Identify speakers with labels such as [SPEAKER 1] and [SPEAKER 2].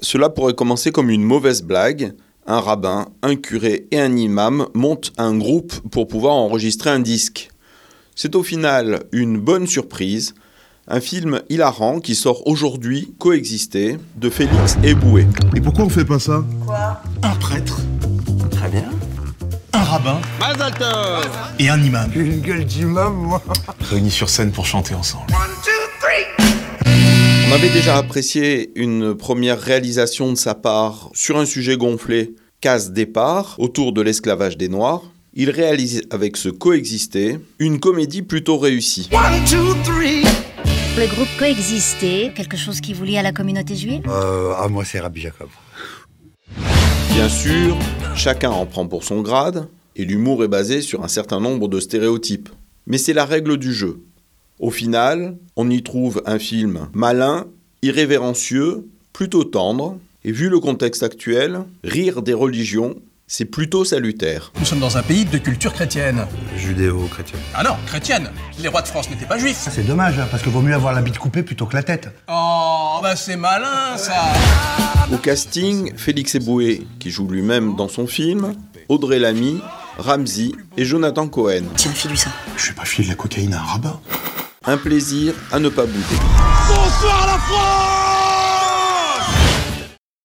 [SPEAKER 1] Cela pourrait commencer comme une mauvaise blague. Un rabbin, un curé et un imam montent un groupe pour pouvoir enregistrer un disque. C'est au final une bonne surprise, un film hilarant qui sort aujourd'hui, Coexister, de Félix Eboué.
[SPEAKER 2] Et pourquoi on fait pas ça
[SPEAKER 3] Quoi
[SPEAKER 4] Un prêtre,
[SPEAKER 5] Très bien.
[SPEAKER 4] un rabbin et un imam
[SPEAKER 3] J'ai une gueule d'imam, moi.
[SPEAKER 4] réunis sur scène pour chanter ensemble.
[SPEAKER 1] On avait déjà apprécié une première réalisation de sa part sur un sujet gonflé, Case départ, autour de l'esclavage des Noirs. Il réalise avec ce coexister une comédie plutôt réussie.
[SPEAKER 6] Le groupe coexistait, quelque chose qui vous lie à la communauté juive
[SPEAKER 3] Euh, ah, moi, c'est Rabbi Jacob.
[SPEAKER 1] Bien sûr, chacun en prend pour son grade, et l'humour est basé sur un certain nombre de stéréotypes. Mais c'est la règle du jeu. Au final, on y trouve un film malin, irrévérencieux, plutôt tendre, et vu le contexte actuel, rire des religions, c'est plutôt salutaire.
[SPEAKER 7] Nous sommes dans un pays de culture chrétienne.
[SPEAKER 3] Judéo-chrétien.
[SPEAKER 7] Ah non, chrétienne Les rois de France n'étaient pas juifs.
[SPEAKER 3] Ça, c'est dommage, hein, parce que vaut mieux avoir la bite coupée plutôt que la tête.
[SPEAKER 7] Oh, bah c'est malin ça
[SPEAKER 1] Au casting, Félix Eboué, qui joue lui-même dans son film, Audrey Lamy, Ramsey et Jonathan Cohen.
[SPEAKER 6] Tiens, file-lui ça.
[SPEAKER 4] Je vais pas filer de la cocaïne à un rabbin.
[SPEAKER 1] Un plaisir à ne pas bouder.
[SPEAKER 4] Bonsoir la France